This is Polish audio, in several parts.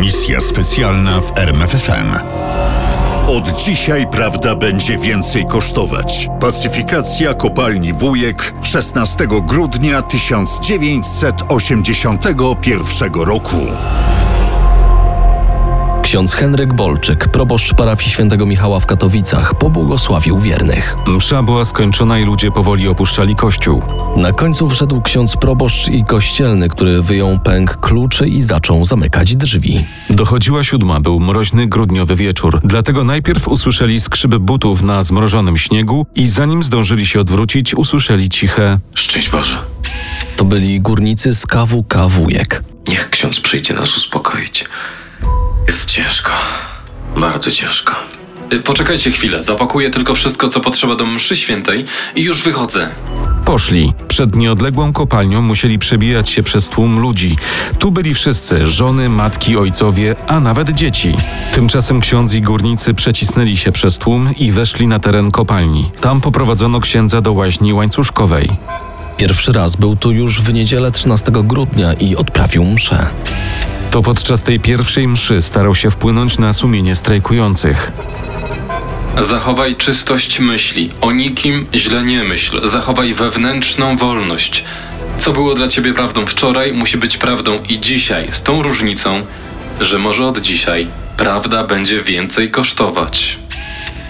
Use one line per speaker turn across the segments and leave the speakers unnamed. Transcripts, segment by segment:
Misja specjalna w RMFFM.
Od dzisiaj prawda będzie więcej kosztować. Pacyfikacja kopalni Wujek 16 grudnia 1981 roku.
Ksiądz Henryk Bolczyk, proboszcz parafii świętego Michała w Katowicach, pobłogosławił wiernych.
Msza była skończona i ludzie powoli opuszczali kościół.
Na końcu wszedł ksiądz proboszcz i kościelny, który wyjął pęk kluczy i zaczął zamykać drzwi.
Dochodziła siódma, był mroźny grudniowy wieczór, dlatego najpierw usłyszeli skrzyby butów na zmrożonym śniegu i zanim zdążyli się odwrócić, usłyszeli ciche
Szczęść Boże.
To byli górnicy z KWK Wujek.
Niech ksiądz przyjdzie nas uspokoić. Jest ciężko. Bardzo ciężko. Y, Poczekajcie chwilę, zapakuję tylko wszystko, co potrzeba do mszy świętej i już wychodzę.
Poszli. Przed nieodległą kopalnią musieli przebijać się przez tłum ludzi. Tu byli wszyscy: żony, matki, ojcowie, a nawet dzieci. Tymczasem ksiądz i górnicy przecisnęli się przez tłum i weszli na teren kopalni. Tam poprowadzono księdza do łaźni łańcuszkowej.
Pierwszy raz był tu już w niedzielę 13 grudnia i odprawił mszę.
To podczas tej pierwszej mszy starał się wpłynąć na sumienie strajkujących.
Zachowaj czystość myśli, o nikim źle nie myśl, zachowaj wewnętrzną wolność. Co było dla ciebie prawdą wczoraj, musi być prawdą i dzisiaj, z tą różnicą, że może od dzisiaj prawda będzie więcej kosztować.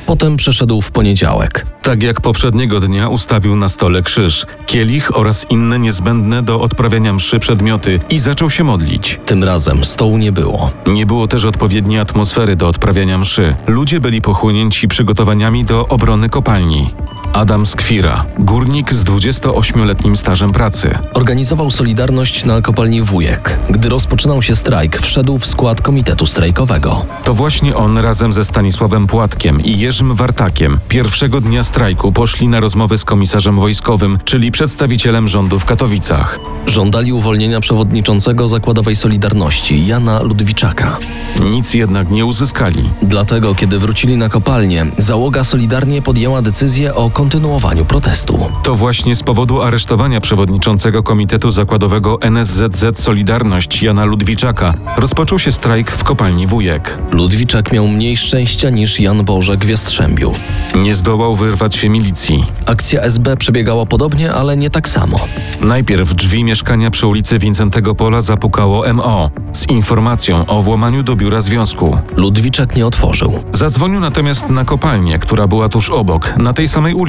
Potem przeszedł w poniedziałek.
Tak jak poprzedniego dnia ustawił na stole krzyż, kielich oraz inne niezbędne do odprawiania mszy przedmioty i zaczął się modlić.
Tym razem stołu nie było.
Nie było też odpowiedniej atmosfery do odprawiania mszy. Ludzie byli pochłonięci przygotowaniami do obrony kopalni. Adam Skwira, górnik z 28-letnim stażem pracy.
Organizował Solidarność na kopalni Wujek. Gdy rozpoczynał się strajk, wszedł w skład komitetu strajkowego.
To właśnie on razem ze Stanisławem Płatkiem i Jerzym Wartakiem pierwszego dnia strajku poszli na rozmowy z komisarzem wojskowym, czyli przedstawicielem rządu w Katowicach.
Żądali uwolnienia przewodniczącego Zakładowej Solidarności Jana Ludwiczaka.
Nic jednak nie uzyskali.
Dlatego, kiedy wrócili na kopalnię, załoga Solidarnie podjęła decyzję o kontynuowaniu protestu.
To właśnie z powodu aresztowania przewodniczącego Komitetu Zakładowego NSZZ Solidarność Jana Ludwiczaka rozpoczął się strajk w kopalni Wujek.
Ludwiczak miał mniej szczęścia niż Jan Bożek w Jastrzębiu.
Nie zdołał wyrwać się milicji.
Akcja SB przebiegała podobnie, ale nie tak samo.
Najpierw drzwi mieszkania przy ulicy Wincentego Pola zapukało MO z informacją o włamaniu do biura związku.
Ludwiczak nie otworzył.
Zadzwonił natomiast na kopalnię, która była tuż obok, na tej samej ulicy.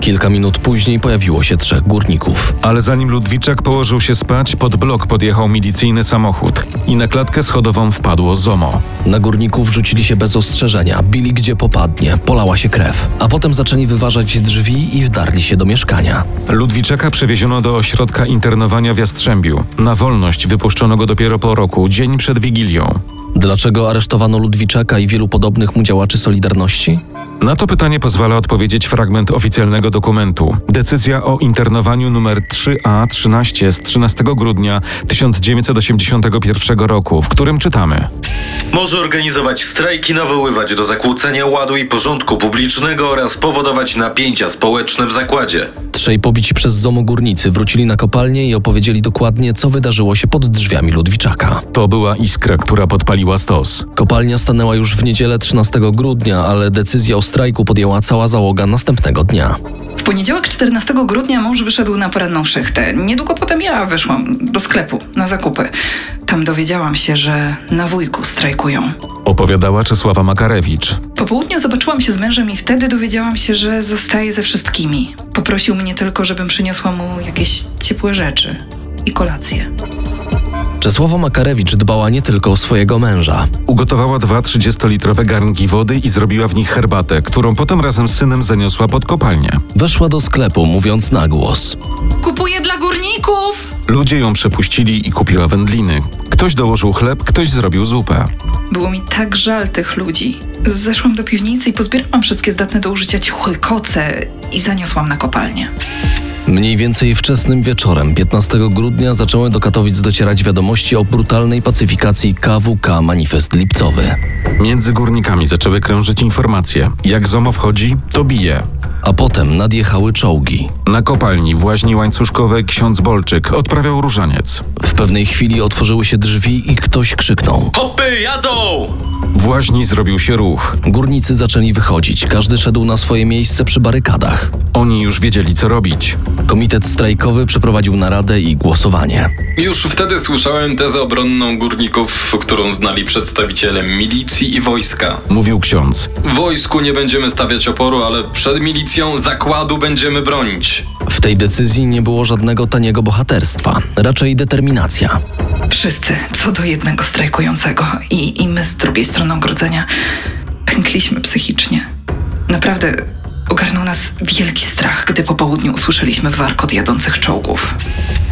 Kilka minut później pojawiło się trzech górników.
Ale zanim Ludwiczak położył się spać, pod blok podjechał milicyjny samochód i na klatkę schodową wpadło ZOMO.
Na górników rzucili się bez ostrzeżenia, bili gdzie popadnie, polała się krew, a potem zaczęli wyważać drzwi i wdarli się do mieszkania.
Ludwiczaka przewieziono do ośrodka internowania w Jastrzębiu. Na wolność wypuszczono go dopiero po roku, dzień przed Wigilią.
Dlaczego aresztowano Ludwiczaka i wielu podobnych mu działaczy Solidarności?
Na to pytanie pozwala odpowiedzieć fragment oficjalnego dokumentu. Decyzja o internowaniu numer 3A13 z 13 grudnia 1981 roku, w którym czytamy.
Może organizować strajki, nawoływać do zakłócenia ładu i porządku publicznego oraz powodować napięcia społeczne w zakładzie.
Trzej pobici przez ZOMO górnicy wrócili na kopalnię i opowiedzieli dokładnie, co wydarzyło się pod drzwiami Ludwiczaka.
To była iskra, która podpaliła stos.
Kopalnia stanęła już w niedzielę 13 grudnia, ale decyzję o strajku podjęła cała załoga następnego dnia.
W poniedziałek 14 grudnia mąż wyszedł na poranną szychtę. Niedługo potem ja wyszłam do sklepu na zakupy. Tam dowiedziałam się, że na wujku strajkują.
Opowiadała Czesława Makarewicz.
Po południu zobaczyłam się z mężem i wtedy dowiedziałam się, że zostaje ze wszystkimi. Poprosił mnie tylko, żebym przyniosła mu jakieś ciepłe rzeczy i kolację.
Czesława Makarewicz dbała nie tylko o swojego męża.
Ugotowała dwa 30-litrowe garnki wody i zrobiła w nich herbatę, którą potem razem z synem zaniosła pod kopalnię.
Weszła do sklepu, mówiąc na głos.
Kupuję dla górników!
Ludzie ją przepuścili i kupiła wędliny. Ktoś dołożył chleb, ktoś zrobił zupę.
Było mi tak żal tych ludzi. Zeszłam do piwnicy i pozbierałam wszystkie zdatne do użycia ciuchy, koce i zaniosłam na kopalnię.
Mniej więcej wczesnym wieczorem 15 grudnia zaczęły do Katowic docierać wiadomości o brutalnej pacyfikacji KWK Manifest Lipcowy.
Między górnikami zaczęły krążyć informacje. Jak ZOMO wchodzi, to bije.
a potem nadjechały czołgi.
Na kopalni w łaźni łańcuszkowej ksiądz Bolczyk odprawiał różaniec.
W pewnej chwili otworzyły się drzwi i ktoś krzyknął.
Hopy, jadą!
W łaźni zrobił się ruch.
Górnicy zaczęli wychodzić, każdy szedł na swoje miejsce przy barykadach.
Oni już wiedzieli, co robić.
Komitet strajkowy przeprowadził naradę i głosowanie.
Już wtedy słyszałem tezę obronną górników, którą znali przedstawiciele milicji i wojska.
Mówił ksiądz.
Wojsku nie będziemy stawiać oporu, ale przed milicją zakładu będziemy bronić.
W tej decyzji nie było żadnego taniego bohaterstwa, raczej determinacja.
Wszyscy, co do jednego strajkującego i, i my z drugiej strony ogrodzenia, pękliśmy psychicznie. Naprawdę ogarnął nas wielki strach, gdy po południu usłyszeliśmy warkot jadących czołgów.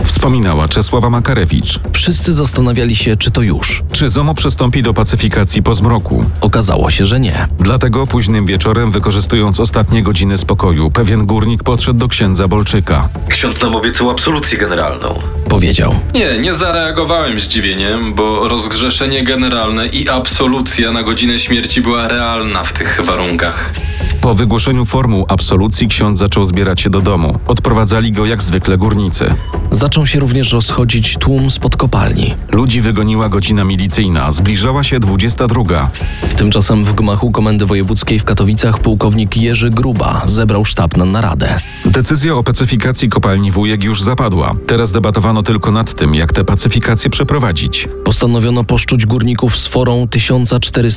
Wspominała Czesława Makarewicz.
Wszyscy zastanawiali się, czy to już.
Czy ZOMO przystąpi do pacyfikacji po zmroku?
Okazało się, że nie.
Dlatego późnym wieczorem, wykorzystując ostatnie godziny spokoju, pewien górnik podszedł do księdza Bolczyka.
Ksiądz nam obiecał absolucję generalną.
Powiedział.
Nie, nie zareagowałem zdziwieniem, bo rozgrzeszenie generalne i absolucja na godzinę śmierci była realna w tych warunkach.
Po wygłoszeniu formuł absolucji ksiądz zaczął zbierać się do domu. Odprowadzali go jak zwykle górnicy.
Zaczął się również rozchodzić tłum spod kopalni.
Ludzi wygoniła godzina milicyjna. Zbliżała się 22.
Tymczasem w gmachu Komendy Wojewódzkiej w Katowicach pułkownik Jerzy Gruba zebrał sztab na naradę.
Decyzja o pacyfikacji kopalni Wujek już zapadła. Teraz debatowano tylko nad tym, jak tę pacyfikację przeprowadzić.
Postanowiono poszczuć górników sforą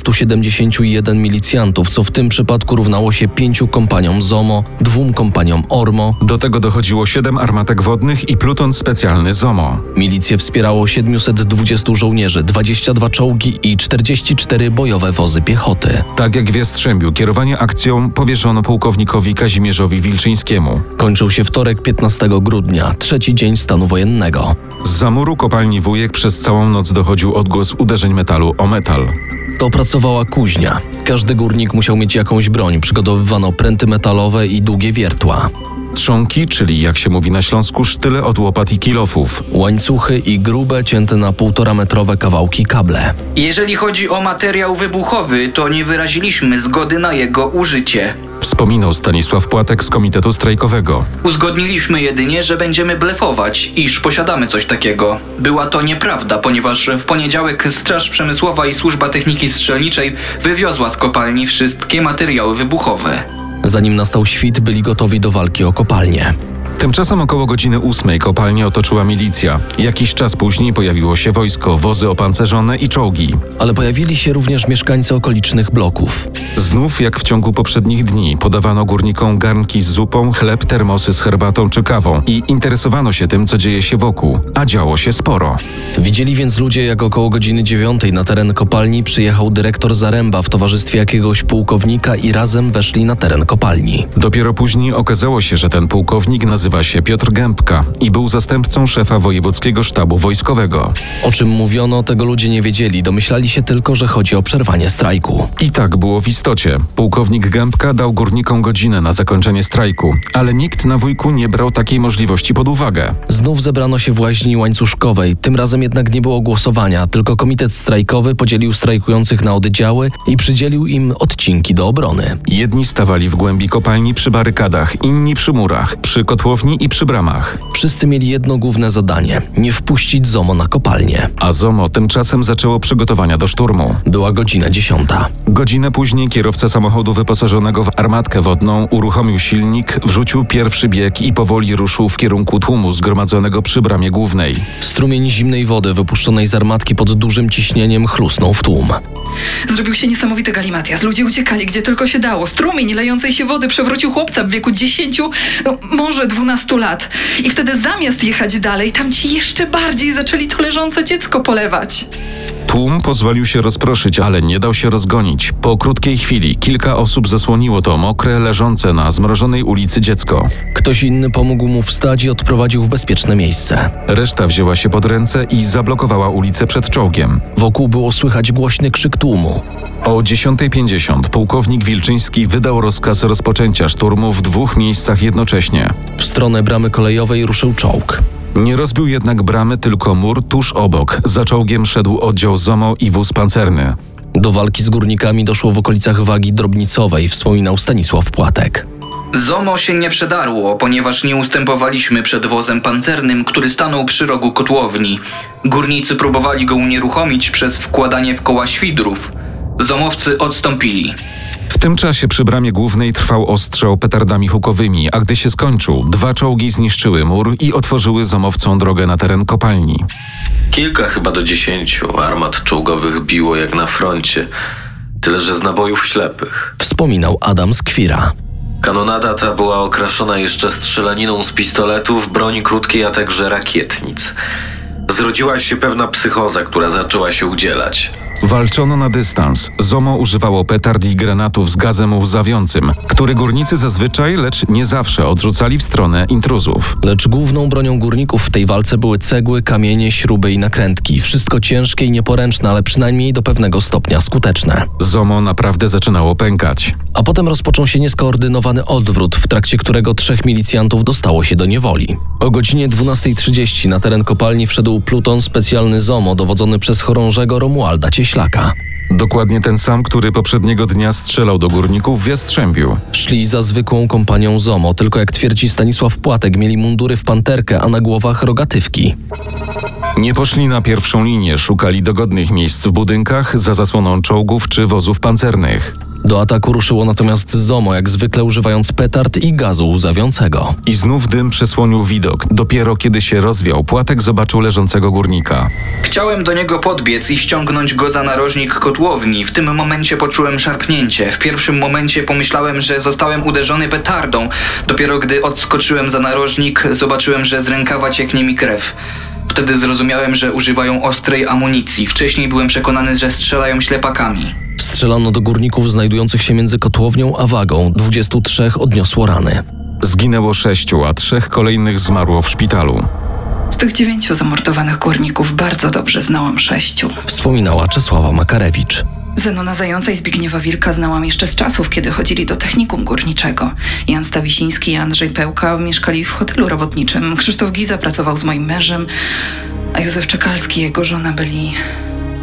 1471 milicjantów, co w tym przypadku równało się pięciu kompaniom ZOMO, dwóm kompaniom ORMO.
Do tego dochodziło 7 armatek wodnych i pluton specjalny ZOMO.
Milicję wspierało 720 żołnierzy, 22 czołgi i 44 bojowe wozy piechoty.
Tak jak w Jastrzębiu, kierowanie akcją powierzono pułkownikowi Kazimierzowi Wilczyńskiemu.
Kończył się wtorek 15 grudnia, trzeci dzień stanu wojennego.
Z zamuru kopalni Wujek przez całą noc dochodził odgłos uderzeń metalu o metal.
To pracowała kuźnia. Każdy górnik musiał mieć jakąś broń, przygotowywano pręty metalowe i długie wiertła.
Trzonki, czyli jak się mówi na Śląsku, sztyle od łopat i kilofów.
Łańcuchy i grube, cięte na półtora metrowe kawałki kable.
Jeżeli chodzi o materiał wybuchowy, to nie wyraziliśmy zgody na jego użycie.
Wspominał Stanisław Płatek z Komitetu Strajkowego.
Uzgodniliśmy jedynie, że będziemy blefować, iż posiadamy coś takiego. Była to nieprawda, ponieważ w poniedziałek Straż Przemysłowa i Służba Techniki Strzelniczej wywiozła z kopalni wszystkie materiały wybuchowe.
Zanim nastał świt, byli gotowi do walki o kopalnię.
Tymczasem około godziny ósmej kopalnię otoczyła milicja. Jakiś czas później pojawiło się wojsko, wozy opancerzone i czołgi.
Ale pojawili się również mieszkańcy okolicznych bloków.
Znów, jak w ciągu poprzednich dni, podawano górnikom garnki z zupą, chleb, termosy z herbatą czy kawą i interesowano się tym, co dzieje się wokół, a działo się sporo.
Widzieli więc ludzie, jak około godziny dziewiątej na teren kopalni przyjechał dyrektor Zaręba w towarzystwie jakiegoś pułkownika i razem weszli na teren kopalni.
Dopiero później okazało się, że ten pułkownik nazywa się Piotr Gębka i był zastępcą szefa wojewódzkiego sztabu wojskowego.
O czym mówiono, tego ludzie nie wiedzieli, domyślali się tylko, że chodzi o przerwanie strajku.
I tak było w istocie. Pułkownik Gębka dał górnikom godzinę na zakończenie strajku, ale nikt na wujku nie brał takiej możliwości pod uwagę.
Znów zebrano się w łaźni łańcuszkowej, tym razem jednak nie było głosowania, tylko komitet strajkowy podzielił strajkujących na oddziały i przydzielił im odcinki do obrony.
Jedni stawali w głębi kopalni przy barykadach, inni przy murach, przy kotłowni i przy bramach.
Wszyscy mieli jedno główne zadanie nie wpuścić ZOMO na kopalnię.
A ZOMO tymczasem zaczęło przygotowania do szturmu.
Była godzina dziesiąta.
Godzinę później kierowca samochodu wyposażonego w armatkę wodną uruchomił silnik, wrzucił pierwszy bieg i powoli ruszył w kierunku tłumu zgromadzonego przy bramie głównej.
Strumień zimnej wody wypuszczonej z armatki pod dużym ciśnieniem chlusnął w tłum.
Zrobił się niesamowity galimatias. Ludzie uciekali, gdzie tylko się dało. Strumień lejącej się wody przewrócił chłopca w wieku 10, no może 12 lat. I wtedy zamiast jechać dalej, tamci jeszcze bardziej zaczęli to leżące dziecko polewać.
Tłum pozwolił się rozproszyć, ale nie dał się rozgonić. Po krótkiej chwili kilka osób zasłoniło to mokre, leżące na zmrożonej ulicy dziecko.
Ktoś inny pomógł mu wstać i odprowadził w bezpieczne miejsce.
Reszta wzięła się pod ręce i zablokowała ulicę przed czołgiem.
Wokół było słychać głośny krzyk tłumu.
O 10.50 pułkownik Wilczyński wydał rozkaz rozpoczęcia szturmu w dwóch miejscach jednocześnie.
W stronę bramy kolejowej ruszył czołg.
Nie rozbił jednak bramy, tylko mur tuż obok. Za czołgiem szedł oddział ZOMO i wóz pancerny.
Do walki z górnikami doszło w okolicach wagi drobnicowej, wspominał Stanisław Płatek.
ZOMO się nie przedarło, ponieważ nie ustępowaliśmy przed wozem pancernym, który stanął przy rogu kotłowni. Górnicy próbowali go unieruchomić przez wkładanie w koła świdrów. Zomowcy odstąpili.
W tym czasie przy bramie głównej trwał ostrzał petardami hukowymi, a gdy się skończył, dwa czołgi zniszczyły mur i otworzyły zomowcom drogę na teren kopalni.
Kilka chyba do dziesięciu armat czołgowych biło jak na froncie, tyle że z nabojów ślepych.
Wspominał Adam Skwira.
Kanonada ta była okraszona jeszcze strzelaniną z pistoletów, broni krótkiej, a także rakietnic. Zrodziła się pewna psychoza, która zaczęła się udzielać.
Walczono na dystans. ZOMO używało petard i granatów z gazem łzawiącym, który górnicy zazwyczaj, lecz nie zawsze odrzucali w stronę intruzów.
Lecz główną bronią górników w tej walce były cegły, kamienie, śruby i nakrętki. Wszystko ciężkie i nieporęczne, ale przynajmniej do pewnego stopnia skuteczne.
ZOMO naprawdę zaczynało pękać.
A potem rozpoczął się nieskoordynowany odwrót, w trakcie którego trzech milicjantów dostało się do niewoli. O godzinie 12.30 na teren kopalni wszedł pluton specjalny ZOMO dowodzony przez chorążego Romualda Cieślaka.
Dokładnie ten sam, który poprzedniego dnia strzelał do górników w Jastrzębiu.
Szli za zwykłą kompanią ZOMO, tylko jak twierdzi Stanisław Płatek, mieli mundury w panterkę, a na głowach rogatywki.
Nie poszli na pierwszą linię, szukali dogodnych miejsc w budynkach, za zasłoną czołgów czy wozów pancernych.
Do ataku ruszyło natomiast ZOMO, jak zwykle używając petard i gazu łzawiącego.
I znów dym przesłonił widok. Dopiero kiedy się rozwiał, Płatek zobaczył leżącego górnika.
Chciałem do niego podbiec i ściągnąć go za narożnik kotłowni. W tym momencie poczułem szarpnięcie. W pierwszym momencie pomyślałem, że zostałem uderzony petardą. Dopiero gdy odskoczyłem za narożnik, zobaczyłem, że z rękawa cieknie mi krew. Wtedy zrozumiałem, że używają ostrej amunicji. Wcześniej byłem przekonany, że strzelają ślepakami.
Strzelano do górników znajdujących się między kotłownią a wagą. 23 odniosło rany.
Zginęło sześciu, a trzech kolejnych zmarło w szpitalu.
Z tych dziewięciu zamordowanych górników bardzo dobrze znałam sześciu.
Wspominała Czesława Makarewicz.
Zenona Zająca i Zbigniewa Wilka znałam jeszcze z czasów, kiedy chodzili do technikum górniczego. Jan Stawisiński i Andrzej Pełka mieszkali w hotelu robotniczym. Krzysztof Giza pracował z moim mężem, a Józef Czekalski i jego żona byli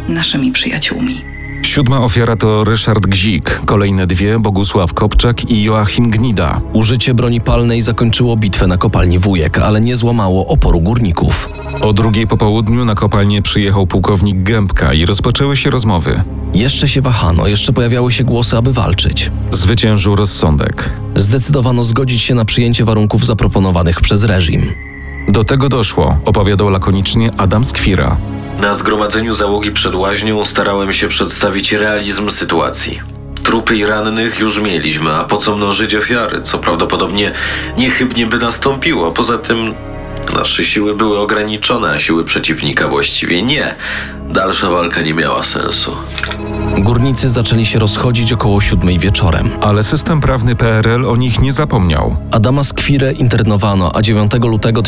naszymi przyjaciółmi.
Siódma ofiara to Ryszard Gzik, kolejne dwie Bogusław Kopczak i Joachim Gnida.
Użycie broni palnej zakończyło bitwę na kopalni Wujek, ale nie złamało oporu górników.
O drugiej po południu na kopalnię przyjechał pułkownik Gębka i rozpoczęły się rozmowy.
Jeszcze się wahano, jeszcze pojawiały się głosy, aby walczyć.
Zwyciężył rozsądek.
Zdecydowano zgodzić się na przyjęcie warunków zaproponowanych przez reżim.
Do tego doszło, opowiadał lakonicznie Adam Skwira.
Na zgromadzeniu załogi przed łaźnią starałem się przedstawić realizm sytuacji. Trupy i rannych już mieliśmy, a po co mnożyć ofiary, co prawdopodobnie niechybnie by nastąpiło. Poza tym nasze siły były ograniczone, a siły przeciwnika właściwie nie. Dalsza walka nie miała sensu.
Górnicy zaczęli się rozchodzić około siódmej wieczorem.
Ale system prawny PRL o nich nie zapomniał.
Adama Skwirę internowano, a 9 lutego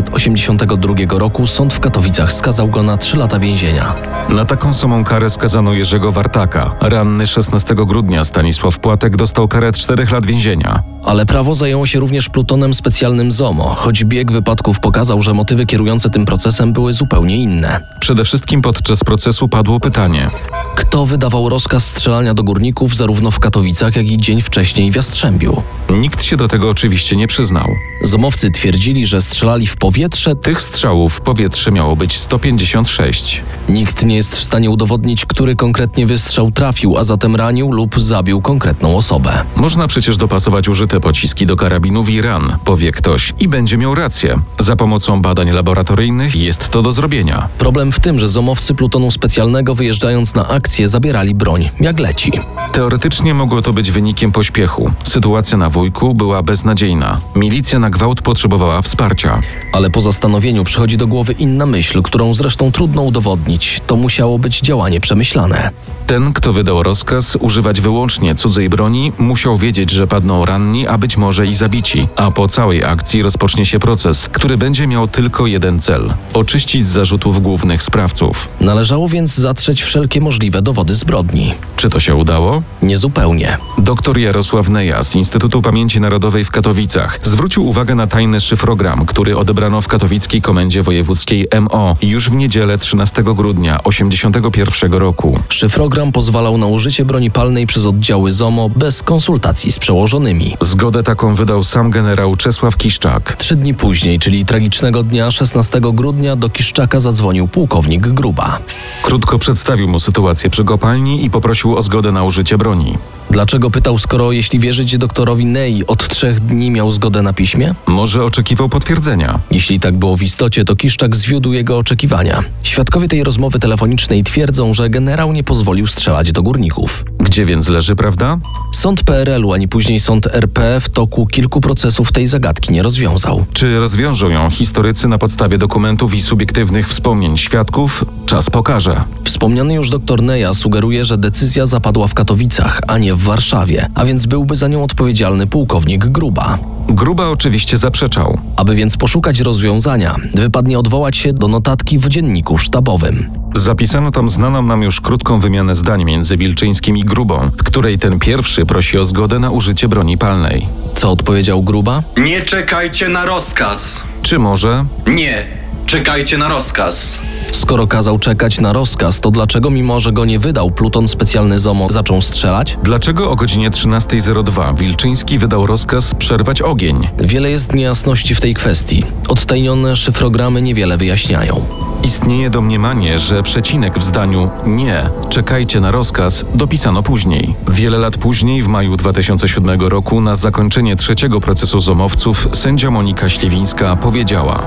1982 roku sąd w Katowicach skazał go na 3 lata więzienia.
Na taką samą karę skazano Jerzego Wartaka. Ranny 16 grudnia Stanisław Płatek dostał karę 4 lat więzienia.
Ale prawo zajęło się również plutonem specjalnym ZOMO, choć bieg wypadków pokazał, że motywy kierujące tym procesem były zupełnie inne.
Przede wszystkim podczas procesu padło pytanie.
Kto wydawał rozkaz strzelania do górników zarówno w Katowicach, jak i dzień wcześniej w Jastrzębiu?
Nikt się do tego oczywiście nie przyznał.
Zomowcy twierdzili, że strzelali w powietrze,
Tych strzałów w powietrze miało być 156.
Nikt nie jest w stanie udowodnić, który konkretnie wystrzał trafił, a zatem ranił lub zabił konkretną osobę.
Można przecież dopasować użyte pociski do karabinów i ran, powie ktoś, i będzie miał rację. Za pomocą badań laboratoryjnych jest to do zrobienia.
Problem w tym, że zomowcy plutonu specjalnego wyjeżdżając na akcję zabierali broń, jak leci.
Teoretycznie mogło to być wynikiem pośpiechu. Sytuacja na wujku była beznadziejna. Milicja na gwałt potrzebowała wsparcia.
Ale po zastanowieniu przychodzi do głowy inna myśl, którą zresztą trudno udowodnić. To musiało być działanie przemyślane.
Ten, kto wydał rozkaz używać wyłącznie cudzej broni, musiał wiedzieć, że padną ranni, a być może i zabici. A po całej akcji rozpocznie się proces, który będzie miał tylko jeden cel oczyścić z zarzutów głównych sprawców.
Należało więc zatrzeć wszelkie możliwe dowody zbrodni.
Czy to się udało?
Niezupełnie.
Doktor Jarosław Neja z Instytutu Pamięci Narodowej w Katowicach zwrócił uwagę na tajny szyfrogram, który odebrano w katowickiej komendzie wojewódzkiej MO już w niedzielę 13 grudnia 1981 roku.
Szyfrogram program pozwalał na użycie broni palnej przez oddziały ZOMO bez konsultacji z przełożonymi.
Zgodę taką wydał sam generał Czesław Kiszczak.
Trzy dni później, czyli tragicznego dnia 16 grudnia, do Kiszczaka zadzwonił pułkownik Gruba.
Krótko przedstawił mu sytuację przy kopalni i poprosił o zgodę na użycie broni.
Dlaczego pytał, skoro, jeśli wierzyć doktorowi Ney, od trzech dni miał zgodę na piśmie?
Może oczekiwał potwierdzenia.
Jeśli tak było w istocie, to Kiszczak zwiódł jego oczekiwania. Świadkowie tej rozmowy telefonicznej twierdzą, że generał nie pozwolił strzelać do górników.
Gdzie więc leży, prawda?
Sąd PRL-u, ani później sąd RP w toku kilku procesów tej zagadki nie rozwiązał.
Czy rozwiążą ją historycy na podstawie dokumentów i subiektywnych wspomnień świadków? Czas pokaże.
Wspomniany już dr Neja sugeruje, że decyzja zapadła w Katowicach, a nie w Warszawie, a więc byłby za nią odpowiedzialny pułkownik Gruba.
Gruba oczywiście zaprzeczał.
Aby więc poszukać rozwiązania, wypadnie odwołać się do notatki w dzienniku sztabowym.
Zapisano tam znaną nam już krótką wymianę zdań między Wilczyńskim i Grubą, w której ten pierwszy prosi o zgodę na użycie broni palnej.
Co odpowiedział Gruba?
Nie czekajcie na rozkaz.
Czy może
Nie, czekajcie na rozkaz.
Skoro kazał czekać na rozkaz, to dlaczego mimo, że go nie wydał, pluton specjalny ZOMO zaczął strzelać?
Dlaczego o godzinie 13.02 Wilczyński wydał rozkaz przerwać ogień?
Wiele jest niejasności w tej kwestii. Odtajnione szyfrogramy niewiele wyjaśniają.
Istnieje domniemanie, że przecinek w zdaniu nie, czekajcie na rozkaz dopisano później. Wiele lat później, w maju 2007 roku, na zakończenie trzeciego procesu zomowców, sędzia Monika Śliwińska powiedziała: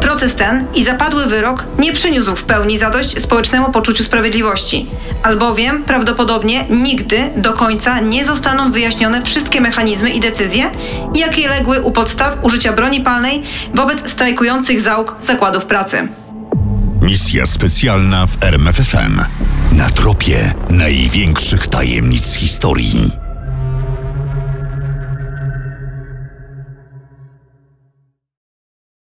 Proces ten i zapadły wyrok nie przyniósł w pełni zadość społecznemu poczuciu sprawiedliwości, albowiem prawdopodobnie nigdy do końca nie zostaną wyjaśnione wszystkie mechanizmy i decyzje, jakie legły u podstaw użycia broni palnej wobec strajkujących załóg zakładów pracy.
Misja specjalna w RMFFM. Na tropie największych tajemnic historii.